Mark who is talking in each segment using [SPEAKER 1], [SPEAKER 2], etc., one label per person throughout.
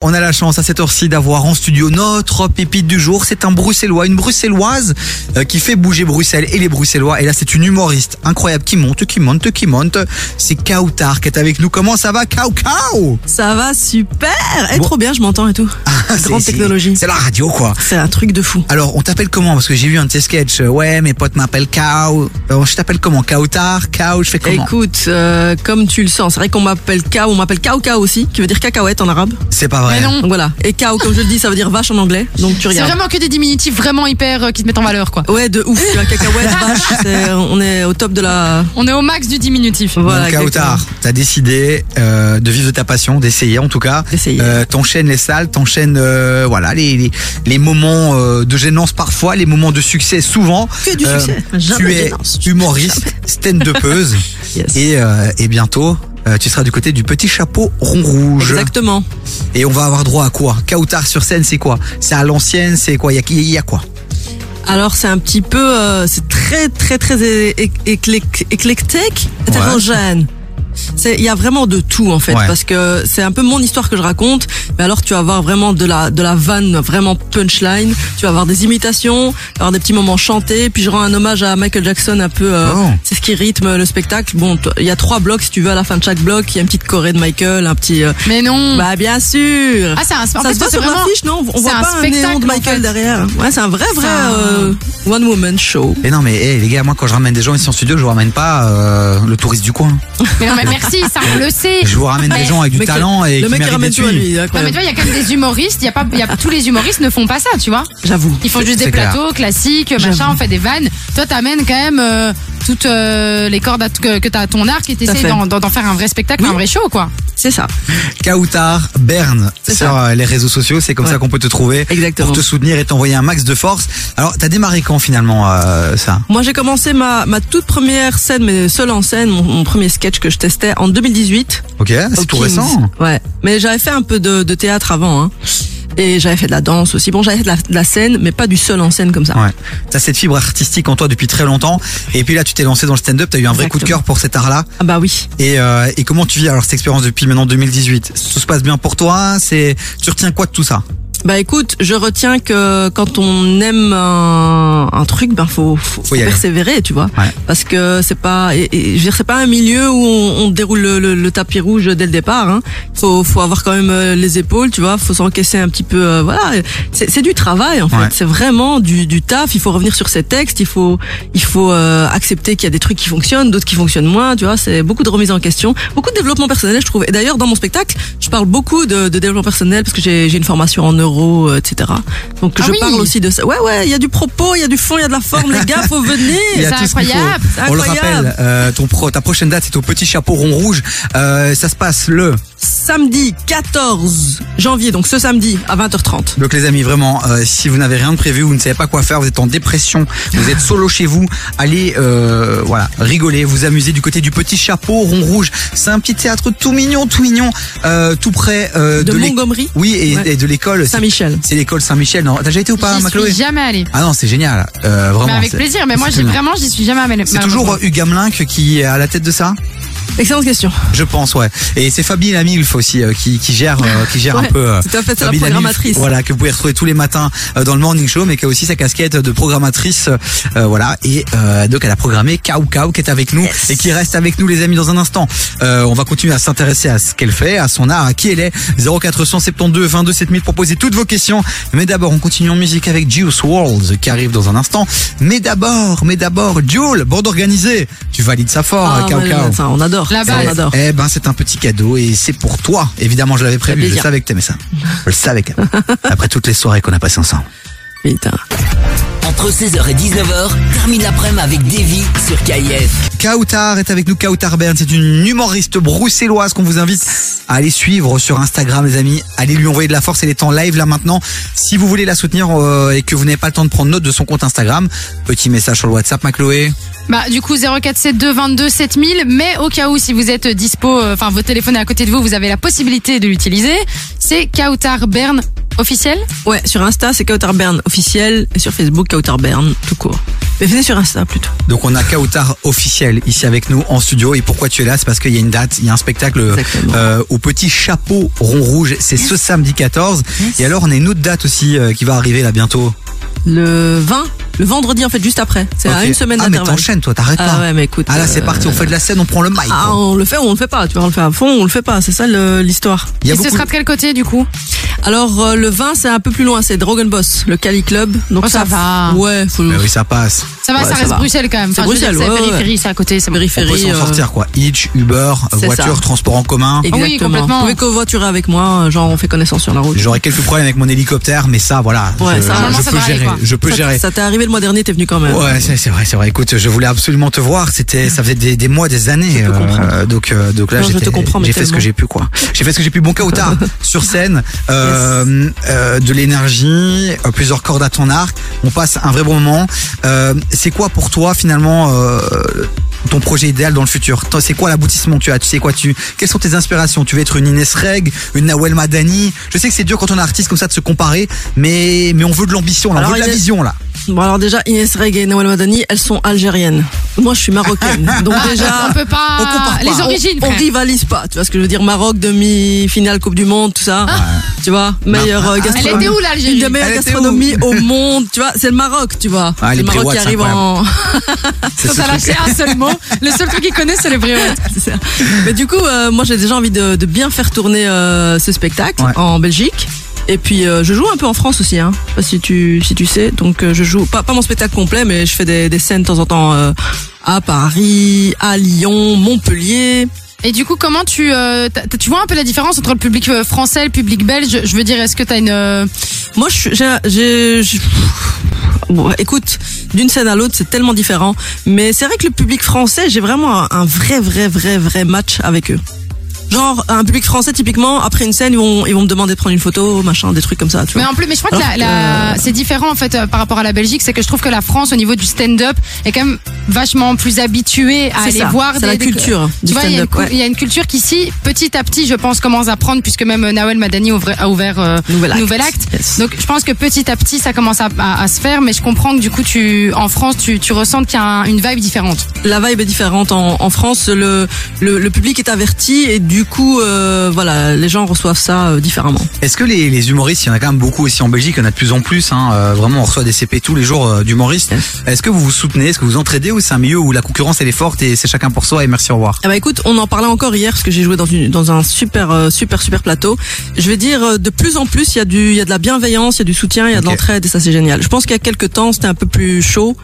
[SPEAKER 1] On a la chance à cette heure-ci d'avoir en studio notre pépite du jour. C'est un Bruxellois, une Bruxelloise euh, qui fait bouger Bruxelles et les Bruxellois. Et là, c'est une humoriste incroyable qui monte, qui monte, qui monte. C'est Kautar qui est avec nous. Comment ça va, Kau Kau
[SPEAKER 2] Ça va super Eh
[SPEAKER 1] Bon.
[SPEAKER 2] trop bien, je m'entends et tout. Grande
[SPEAKER 1] C'est-
[SPEAKER 2] technologie.
[SPEAKER 1] C'est la radio, quoi.
[SPEAKER 2] C'est un truc de fou.
[SPEAKER 1] Alors, on t'appelle comment Parce que j'ai vu un de tes sketchs. euh, Ouais, mes potes m'appellent Kau. Alors, je t'appelle comment Kautar, Kau, je fais comment
[SPEAKER 2] Écoute, euh, comme tu le sens, c'est vrai qu'on m'appelle Kao, on m'appelle Kao Kao aussi, qui veut dire cacahuète en arabe.
[SPEAKER 1] C'est pas vrai.
[SPEAKER 3] Mais non,
[SPEAKER 2] Donc voilà. Et Kao, comme je le dis, ça veut dire vache en anglais. Donc tu
[SPEAKER 3] c'est
[SPEAKER 2] regardes.
[SPEAKER 3] vraiment que des diminutifs vraiment hyper euh, qui te mettent en valeur quoi.
[SPEAKER 2] Ouais, de ouf, tu vois, cacahuète, vache, c'est- on est au top de la.
[SPEAKER 3] On est au max du diminutif.
[SPEAKER 2] Voilà.
[SPEAKER 1] Donc, Kautar, t'as décidé euh, de vivre de ta passion, d'essayer en tout cas.
[SPEAKER 2] D'essayer.
[SPEAKER 1] Euh, t'enchaînes les salles, t'enchaînes euh, voilà les, les, les moments euh, de gênance parfois, les moments de succès souvent. Euh,
[SPEAKER 2] Que du succès. Jamais
[SPEAKER 1] tu
[SPEAKER 2] de
[SPEAKER 1] es
[SPEAKER 2] gênance.
[SPEAKER 1] humoriste, stand-upeuse
[SPEAKER 2] Yes.
[SPEAKER 1] et, euh, et bientôt euh, tu seras du côté du petit chapeau rond rouge.
[SPEAKER 2] Exactement.
[SPEAKER 1] Et on va avoir droit à quoi Kautar sur scène, c'est quoi C'est à l'ancienne, c'est quoi Il y a, il y a quoi
[SPEAKER 2] Alors c'est un petit peu, euh, c'est très très très é- é- éclec- éclectique, hétérogène. C'est- Il y a vraiment de tout en fait,
[SPEAKER 1] Ouais.
[SPEAKER 2] parce que c'est un peu mon histoire que je raconte. Mais alors tu vas avoir vraiment de la de la vanne, vraiment punchline. Tu vas avoir des imitations, avoir des petits moments chantés. Puis je rends un hommage à Michael Jackson un peu. euh,
[SPEAKER 1] Oh.
[SPEAKER 2] C'est ce qui rythme le spectacle. Bon, t- il y a trois blocs si tu veux à la fin de chaque bloc. Il y a une petite choré de Michael, un petit. euh,
[SPEAKER 3] Mais non.
[SPEAKER 2] Bah bien sûr.
[SPEAKER 3] Hmm. ah c'est un en
[SPEAKER 2] ça
[SPEAKER 3] fait,
[SPEAKER 2] se voit
[SPEAKER 3] c'est
[SPEAKER 2] sur
[SPEAKER 3] vraiment
[SPEAKER 2] l'affiche, non On
[SPEAKER 3] c'est
[SPEAKER 2] voit
[SPEAKER 3] un
[SPEAKER 2] pas un néon
[SPEAKER 3] spectacle,
[SPEAKER 2] de
[SPEAKER 3] en
[SPEAKER 2] Michael
[SPEAKER 3] fait.
[SPEAKER 2] derrière. Ouais, c'est un vrai, vrai
[SPEAKER 3] un-
[SPEAKER 2] euh, one-woman show.
[SPEAKER 1] Mais non, mais hé, les gars, moi quand je ramène des gens ici en studio, je vous ramène pas euh, le touriste du coin.
[SPEAKER 3] Mais non mais merci, ça on le sait.
[SPEAKER 1] Je vous ramène des
[SPEAKER 3] Mais-
[SPEAKER 1] gens avec du
[SPEAKER 2] Mec,
[SPEAKER 1] talent et
[SPEAKER 2] le
[SPEAKER 1] qui
[SPEAKER 2] mec qui
[SPEAKER 1] méritent
[SPEAKER 2] ramène
[SPEAKER 1] d'être
[SPEAKER 2] tout à
[SPEAKER 1] suivis.
[SPEAKER 2] lui,
[SPEAKER 3] Non,
[SPEAKER 2] d'accord.
[SPEAKER 3] mais tu vois, il y a quand même des humoristes, il y a pas il y a tous les humoristes ne font pas ça, tu vois.
[SPEAKER 2] J'avoue.
[SPEAKER 3] Ils font juste
[SPEAKER 1] C'est
[SPEAKER 3] des
[SPEAKER 1] clair.
[SPEAKER 3] plateaux classiques, machin,
[SPEAKER 2] J'avoue.
[SPEAKER 3] on fait des vannes. Toi t'amènes quand même euh, toutes euh, les cordes à t- que, que t'as à ton arc et t'essayes
[SPEAKER 2] fait.
[SPEAKER 3] d'en d'en- d'en faire un vrai spectacle,
[SPEAKER 2] Oui.
[SPEAKER 3] un vrai show quoi.
[SPEAKER 2] C'est ça.
[SPEAKER 1] Kautar Berne
[SPEAKER 2] C'est
[SPEAKER 1] sur
[SPEAKER 2] ça.
[SPEAKER 1] euh, les réseaux sociaux, c'est comme
[SPEAKER 2] Ouais.
[SPEAKER 1] ça qu'on peut te trouver
[SPEAKER 2] Exactement.
[SPEAKER 1] pour te soutenir et t'envoyer un max de force. Alors, t'as démarré quand finalement euh, ça
[SPEAKER 2] Moi, j'ai commencé ma, ma toute première scène, mais seule en scène, mon, mon premier sketch que je testais en 2018.
[SPEAKER 1] Ok, Ah, c'est
[SPEAKER 2] au
[SPEAKER 1] tout
[SPEAKER 2] Kings.
[SPEAKER 1] récent.
[SPEAKER 2] Ouais. Mais j'avais fait un peu de, de théâtre avant, hein. Et j'avais fait de la danse aussi. Bon, j'avais fait de la, de la scène, mais pas du seul en scène comme ça.
[SPEAKER 1] Ouais. T'as cette fibre artistique en toi depuis très longtemps. Et puis là, tu t'es lancé dans le stand-up. T'as eu un vrai coup de
[SPEAKER 2] Exactement.
[SPEAKER 1] cœur pour cet art-là.
[SPEAKER 2] Ah bah oui.
[SPEAKER 1] Et, euh, et comment tu vis alors cette expérience depuis maintenant 2018 Tout se passe bien pour toi C'est tu retiens quoi de tout ça
[SPEAKER 2] Bah écoute, je retiens que quand on aime un, un truc, ben faut,
[SPEAKER 1] Faut
[SPEAKER 2] faut,
[SPEAKER 1] y
[SPEAKER 2] faut
[SPEAKER 1] aller.
[SPEAKER 2] persévérer, tu vois.
[SPEAKER 1] Ouais.
[SPEAKER 2] Parce que c'est pas, et, et- je veux dire, c'est pas un milieu où on, on déroule le, le- le tapis rouge dès le départ. Hein. Faut, faut avoir quand même euh, les épaules, tu vois. Faut s'encaisser un petit peu. euh, voilà, c'est c'est du travail en fait.
[SPEAKER 1] Ouais.
[SPEAKER 2] C'est vraiment du, du taf. Il faut revenir sur ses textes. Il faut, il faut euh, accepter qu'il y a des trucs qui fonctionnent, d'autres qui fonctionnent moins. Tu vois, c'est beaucoup de remise en question, beaucoup de développement personnel, je trouve. Et d'ailleurs, dans mon spectacle, je parle beaucoup de, de développement personnel parce que j'ai j'ai une formation en euros, euh, etc. Donc
[SPEAKER 3] Ah
[SPEAKER 2] je
[SPEAKER 3] oui.
[SPEAKER 2] parle aussi de ça. Ouais, ouais. Il y a du propos, il y a du fond, il y a de la forme. Les gars, faut venir.
[SPEAKER 1] Il y a
[SPEAKER 3] C'est
[SPEAKER 1] tout ce qu'il faut.
[SPEAKER 3] incroyable,
[SPEAKER 2] c'est
[SPEAKER 1] On le
[SPEAKER 2] incroyable.
[SPEAKER 1] rappelle, euh, ton pro, ta prochaine date c'est au Petit Chapeau Rond Rouge. Euh, ça se passe le
[SPEAKER 2] samedi 14 janvier, donc ce samedi à 20h30.
[SPEAKER 1] Donc les amis, vraiment, euh, si vous n'avez rien de prévu, vous ne savez pas quoi faire, vous êtes en dépression, vous êtes solo chez vous, allez euh, voilà, rigoler, vous amuser du côté du petit chapeau rond rouge. C'est un petit théâtre tout mignon, tout mignon, euh, tout près euh,
[SPEAKER 2] De,
[SPEAKER 1] de l'école.
[SPEAKER 2] Montgomery,
[SPEAKER 1] Oui, et,
[SPEAKER 2] Ouais.
[SPEAKER 1] et de l'école. C'est-
[SPEAKER 2] Saint-Michel.
[SPEAKER 1] C'est l'école Saint-Michel. Non, t'as déjà été ou pas,
[SPEAKER 3] J'y
[SPEAKER 1] ma Chloé
[SPEAKER 3] suis jamais allée.
[SPEAKER 1] Ah non, c'est génial. euh,
[SPEAKER 3] Mais
[SPEAKER 1] vraiment.
[SPEAKER 3] avec
[SPEAKER 1] c'est-
[SPEAKER 3] plaisir, mais moi
[SPEAKER 1] c'est
[SPEAKER 3] j'ai
[SPEAKER 1] tout.
[SPEAKER 3] vraiment j'y suis jamais allée.
[SPEAKER 1] C'est toujours euh, Hugues Hamelin que- qui est à la tête de ça,
[SPEAKER 2] Excellente question.
[SPEAKER 1] je pense, ouais. Et c'est Fabie Lamilf aussi euh, qui, qui gère, euh, qui gère un
[SPEAKER 2] Ouais,
[SPEAKER 1] peu. euh,
[SPEAKER 2] Tout à fait, c'est la
[SPEAKER 1] Fabie Lamilf,
[SPEAKER 2] programmatrice.
[SPEAKER 1] Voilà, que vous pouvez retrouver tous les matins euh, dans le Morning Show, mais qui a aussi sa casquette de programmatrice. euh, voilà, et euh, donc elle a programmé Kao Kao qui est avec nous
[SPEAKER 2] Yes.
[SPEAKER 1] et qui reste avec nous, les amis, dans un instant. Euh, on va continuer à s'intéresser à ce qu'elle fait, à son art, à qui elle est. 0472 22 7000, proposez toutes vos questions. Mais d'abord, on continue en musique avec Juice WRLD qui arrive dans un instant. Mais d'abord, mais d'abord, Jules, bande organisée, tu valides ça fort,
[SPEAKER 2] Ah,
[SPEAKER 1] Kao
[SPEAKER 2] ouais,
[SPEAKER 1] Kao.
[SPEAKER 2] ça, on adore.
[SPEAKER 3] La
[SPEAKER 2] Ça,
[SPEAKER 3] base.
[SPEAKER 2] on adore.
[SPEAKER 1] Eh ben, c'est un petit cadeau et c'est pour toi. Évidemment, je l'avais prévu. Je
[SPEAKER 2] plaisir.
[SPEAKER 1] savais que t'aimais ça. Je le savais quand même. Après toutes les soirées qu'on a passées ensemble.
[SPEAKER 2] Putain.
[SPEAKER 4] Entre 16h et 19h, termine l'après-midi avec Davy sur KIF.
[SPEAKER 1] Kautar est avec nous. Kautar Bern, c'est une humoriste bruxelloise qu'on vous invite à aller suivre sur Instagram, les amis. Allez lui envoyer de la force. Elle est en live là maintenant. Si vous voulez la soutenir euh, et que vous n'avez pas le temps de prendre note de son compte Instagram, petit message sur le WhatsApp, ma Chloé.
[SPEAKER 3] Bah, du coup, 0472 22 7000. Mais au cas où, si vous êtes dispo, euh, enfin, votre téléphone est à côté de vous, vous avez la possibilité de l'utiliser. C'est Kautar Bern Officiel
[SPEAKER 2] Ouais, sur Insta, c'est Kautar Bern officiel et sur Facebook, Kautar Bern tout court. Mais venez sur Insta plutôt.
[SPEAKER 1] Donc on a Kautar officiel ici avec nous en studio. Et pourquoi tu es là C'est parce qu'il y a une date, il y a un spectacle
[SPEAKER 2] Exactement.
[SPEAKER 1] euh, au petit chapeau rond rouge. C'est ce samedi 14. Et alors on a une autre date aussi euh, qui va arriver là bientôt.
[SPEAKER 2] Le 20, le vendredi en fait, juste après. C'est
[SPEAKER 1] Ok.
[SPEAKER 2] à une semaine
[SPEAKER 1] Ah mais
[SPEAKER 2] d'intervalle.
[SPEAKER 1] t'enchaînes toi, t'arrêtes
[SPEAKER 2] Ah
[SPEAKER 1] pas.
[SPEAKER 2] ouais, mais écoute,
[SPEAKER 1] Ah là c'est
[SPEAKER 2] euh,
[SPEAKER 1] parti, on fait de la scène, on prend le mic.
[SPEAKER 2] Ah,
[SPEAKER 1] quoi.
[SPEAKER 2] on le fait ou on le fait pas, tu vois, on le fait à fond ou on le fait pas, c'est ça le- l'histoire.
[SPEAKER 1] Il y a
[SPEAKER 3] Et
[SPEAKER 1] beaucoup.
[SPEAKER 3] ce sera de quel côté du coup
[SPEAKER 2] Alors euh, le 20 c'est un peu plus loin, c'est Dragon Boss, le Cali Club. Donc
[SPEAKER 3] Oh, ça va.
[SPEAKER 2] Ouais, faut
[SPEAKER 1] Mais oui ça passe.
[SPEAKER 3] Ça va,
[SPEAKER 2] Ouais,
[SPEAKER 3] ça
[SPEAKER 2] ça
[SPEAKER 3] reste
[SPEAKER 2] va.
[SPEAKER 3] Bruxelles quand même.
[SPEAKER 2] C'est
[SPEAKER 3] Enfin, je veux dire,
[SPEAKER 2] Bruxelles,
[SPEAKER 3] c'est
[SPEAKER 2] ouais,
[SPEAKER 3] périphérie, c'est à côté, c'est bon.
[SPEAKER 1] On peut
[SPEAKER 2] périphérie.
[SPEAKER 1] s'en
[SPEAKER 2] euh,
[SPEAKER 1] sortir quoi. Hitch, Uber,
[SPEAKER 2] c'est
[SPEAKER 1] voiture,
[SPEAKER 2] ça.
[SPEAKER 1] transport en commun.
[SPEAKER 2] Exactement.
[SPEAKER 3] Ah complètement.
[SPEAKER 2] Vous pouvez covoiturer avec moi, euh, genre on fait connaissance sur la route.
[SPEAKER 1] J'aurais quelques problèmes avec mon hélicoptère, mais ça voilà,
[SPEAKER 2] Ouais,
[SPEAKER 1] je, je
[SPEAKER 2] ça, normalement,
[SPEAKER 3] ça
[SPEAKER 1] peux
[SPEAKER 3] devrait aller,
[SPEAKER 1] gérer.
[SPEAKER 3] quoi.
[SPEAKER 1] Je peux
[SPEAKER 2] Ça-
[SPEAKER 1] gérer.
[SPEAKER 2] Ça t'est arrivé le mois dernier, t'es venu quand même.
[SPEAKER 1] Ouais, c'est c'est vrai, c'est vrai. Écoute, je voulais absolument te voir. C'était, ça faisait des, des mois, des années.
[SPEAKER 2] peux
[SPEAKER 1] euh,
[SPEAKER 2] comprendre.
[SPEAKER 1] donc, euh, donc là,
[SPEAKER 2] Non, je
[SPEAKER 1] j'étais-
[SPEAKER 2] te comprends, mais
[SPEAKER 1] j'ai fait ce que
[SPEAKER 2] tellement.
[SPEAKER 1] j'ai pu, quoi. J'ai fait ce que j'ai pu. Bon cas ou tard, sur scène, euh, euh, de l'énergie, euh, plusieurs cordes à ton arc. On passe un vrai bon moment. Euh, c'est quoi pour toi finalement euh, ton projet idéal dans le futur Toi, C'est quoi l'aboutissement que tu as Tu sais quoi tu Quelles sont tes inspirations Tu veux être une Inès Reg, une Nawel Madani Je sais que c'est dur quand on est artiste comme ça de se comparer, mais mais on veut de l'ambition, là, on
[SPEAKER 2] Alors,
[SPEAKER 1] veut de la
[SPEAKER 2] Inès-
[SPEAKER 1] vision là.
[SPEAKER 2] Bon alors déjà Inès Reg et Nawal Madani, elles sont algériennes. Moi je suis marocaine. donc déjà
[SPEAKER 3] Ah, On peut
[SPEAKER 1] on compare
[SPEAKER 3] pas.
[SPEAKER 1] pas.
[SPEAKER 3] Les origines,
[SPEAKER 2] on
[SPEAKER 3] quand même.
[SPEAKER 2] rivalise pas, tu vois ce que je veux dire Maroc demi-finale Coupe du monde, tout ça. Tu vois, meilleure euh,
[SPEAKER 3] Ah. Elle
[SPEAKER 2] gastronomie.
[SPEAKER 3] était où
[SPEAKER 2] Une
[SPEAKER 3] l'Algérie
[SPEAKER 2] des meilleures
[SPEAKER 1] Elle était où
[SPEAKER 2] gastronomies au monde, tu vois, c'est le Maroc, tu vois.
[SPEAKER 1] Ah,
[SPEAKER 2] C'est
[SPEAKER 1] les
[SPEAKER 2] le Maroc qui
[SPEAKER 1] bréouates,
[SPEAKER 2] arrive
[SPEAKER 1] c'est
[SPEAKER 2] en.
[SPEAKER 1] C'est
[SPEAKER 3] Quand
[SPEAKER 1] ce
[SPEAKER 3] t'as
[SPEAKER 1] truc.
[SPEAKER 3] lâché un seul mot, le seul truc qu'il connaît, c'est les bréouettes.
[SPEAKER 2] C'est ça. Mais du coup, euh, moi j'ai déjà envie de, de bien faire tourner euh, ce spectacle
[SPEAKER 1] Ouais.
[SPEAKER 2] en Belgique. Et puis euh, je joue un peu en France aussi, hein. Je sais pas si tu si tu sais. Donc euh, je joue pas pas mon spectacle complet, mais je fais des, des scènes de temps en temps euh, à Paris, à Lyon, Montpellier.
[SPEAKER 3] Et du coup, comment tu euh, t'as- tu vois un peu la différence entre le public euh, français et le public belge Je veux dire, est-ce que t'as une euh,
[SPEAKER 2] Moi, je suis- j'ai, j'ai, je- Bon, écoute, d'une scène à l'autre, c'est tellement différent. Mais c'est vrai que le public français, j'ai vraiment un, un vrai, vrai, vrai, vrai match avec eux. Genre, un public français, typiquement, après une scène, ils vont, ils vont me demander de prendre une photo, machin, des trucs comme ça, tu vois.
[SPEAKER 3] Mais en plus, mais je crois que la, la- c'est différent en fait euh, par rapport à la Belgique, c'est que je trouve que la France au niveau du stand-up est quand même vachement plus habituée à
[SPEAKER 2] C'est
[SPEAKER 3] aller
[SPEAKER 2] ça,
[SPEAKER 3] voir
[SPEAKER 2] c'est
[SPEAKER 3] des
[SPEAKER 2] la
[SPEAKER 3] des-
[SPEAKER 2] culture
[SPEAKER 3] Tu
[SPEAKER 2] du
[SPEAKER 3] vois, il y, a une
[SPEAKER 2] stand-up,
[SPEAKER 3] cou-
[SPEAKER 2] ouais.
[SPEAKER 3] il y a une culture qu'ici, petit à petit, je pense, commence à prendre, puisque même euh, Nawel Madani ouvre- a ouvert euh,
[SPEAKER 2] Nouvel acte. Yes.
[SPEAKER 3] Donc, je pense que petit à petit, ça commence à, à- à se faire, mais je comprends que du coup, tu, en France, tu, tu ressens qu'il y a un- une vibe différente.
[SPEAKER 2] la vibe est différente en, en France. Le, le, le public est averti et du coup, euh, voilà, les gens reçoivent ça euh, différemment.
[SPEAKER 1] Est-ce que les, les humoristes, il y en a quand même beaucoup aussi en Belgique, il y en a de plus en plus, hein, euh, vraiment on reçoit des CP tous les jours euh, d'humoristes. Est-ce que vous vous soutenez, est-ce que vous entraidez ou c'est un milieu où la concurrence elle est forte et c'est chacun pour soi et merci au revoir
[SPEAKER 2] Eh ben écoute, on en parlait encore hier parce que j'ai joué dans, une, dans un super euh, super super plateau. Je vais dire euh, de plus en plus, il y a du il y a de la bienveillance, il y a du soutien, il y a de
[SPEAKER 1] Ok.
[SPEAKER 2] l'entraide et ça c'est génial. Je pense qu'il y a quelques temps c'était un peu plus chaud,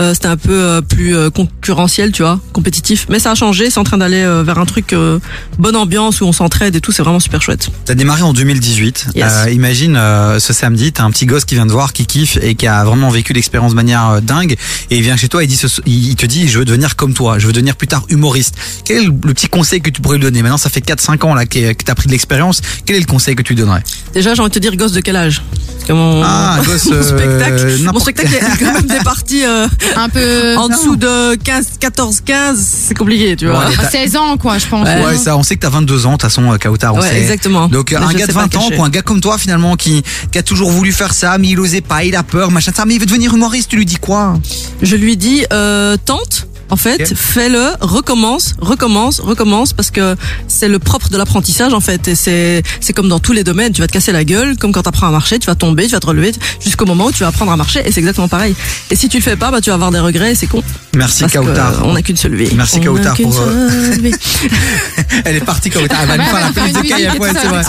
[SPEAKER 2] euh, c'était un peu euh, plus euh, concurrentiel, tu vois, compétitif. Mais ça a changé, c'est en train d'aller euh, vers un truc euh, bonne ambiance où on s'entraide et tout, c'est vraiment super chouette.
[SPEAKER 1] T'as démarré en 2018,
[SPEAKER 2] Yes.
[SPEAKER 1] Euh, imagine euh, ce samedi, t'as un petit gosse qui vient te voir, qui kiffe et qui a vraiment vécu l'expérience de manière euh, dingue et il vient chez toi et il, dit ce- il il te dit je veux devenir comme toi, je veux devenir plus tard humoriste. Quel est le le petit conseil que tu pourrais lui donner Maintenant ça fait 4-5 ans là que que t'as pris de l'expérience, quel est le conseil que tu lui donnerais
[SPEAKER 2] Déjà, j'ai envie de te dire gosse de quel âge Parce que mon,
[SPEAKER 1] Ah, gosse,
[SPEAKER 2] mon
[SPEAKER 1] euh,
[SPEAKER 2] spectacle, mon
[SPEAKER 1] n'importe-
[SPEAKER 2] spectacle il y a quand même des parties euh,
[SPEAKER 3] Un peu.
[SPEAKER 2] en dessous de 15 14 15, c'est compliqué, tu vois.
[SPEAKER 1] Ouais,
[SPEAKER 3] à 16 ans, quoi, je pense.
[SPEAKER 1] Ouais, ça, on sait que t'as 22 ans, t'as son euh, Kautar, on
[SPEAKER 2] Ouais,
[SPEAKER 1] sait.
[SPEAKER 2] exactement.
[SPEAKER 1] Donc euh,
[SPEAKER 2] Hein. Mais
[SPEAKER 1] un
[SPEAKER 2] je
[SPEAKER 1] gars
[SPEAKER 2] sais
[SPEAKER 1] de
[SPEAKER 2] pas
[SPEAKER 1] 20 ans,
[SPEAKER 2] cacher.
[SPEAKER 1] quoi, un gars comme toi finalement qui, qui a toujours voulu faire ça, mais il osait pas, il a peur, machin, ça. Mais il veut devenir humoriste, tu lui dis quoi
[SPEAKER 2] Je lui dis euh, tente. En fait,
[SPEAKER 1] Ok.
[SPEAKER 2] fais-le, recommence, recommence, recommence, parce que c'est le propre de l'apprentissage, en fait. Et c'est, c'est comme dans tous les domaines, tu vas te casser la gueule, comme quand t'apprends à marcher, tu vas tomber, tu vas te relever, jusqu'au moment où tu vas apprendre à marcher, et c'est exactement pareil. Et si tu le fais pas, bah, tu vas avoir des regrets, et c'est con.
[SPEAKER 1] Merci
[SPEAKER 2] parce que, euh,
[SPEAKER 1] Kautar.
[SPEAKER 2] on n'a qu'une seule vie.
[SPEAKER 1] Merci,
[SPEAKER 2] On n'a
[SPEAKER 1] Kautar,
[SPEAKER 2] qu'une
[SPEAKER 1] pour, euh,
[SPEAKER 2] seule vie.
[SPEAKER 1] Elle est partie Kautar, elle va nous
[SPEAKER 3] Ouais,
[SPEAKER 1] faire la
[SPEAKER 3] elle va
[SPEAKER 1] police
[SPEAKER 3] faire
[SPEAKER 1] de
[SPEAKER 3] une
[SPEAKER 1] Kaya,
[SPEAKER 3] musique
[SPEAKER 1] ouais,
[SPEAKER 3] et tout
[SPEAKER 1] c'est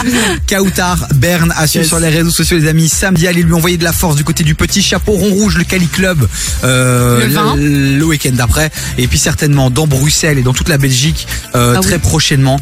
[SPEAKER 3] ça.
[SPEAKER 1] vrai. Kautar, Berne, à suivre
[SPEAKER 2] Yes.
[SPEAKER 1] sur les réseaux sociaux les amis. Samedi, allez lui envoyer de la force du côté du petit chapeau rond rouge, le Cali Club, euh,
[SPEAKER 3] Le vingt.
[SPEAKER 1] le, le week-end d'après. Et puis certainement dans Bruxelles et dans toute la Belgique, euh,
[SPEAKER 2] Ah oui.
[SPEAKER 1] très prochainement.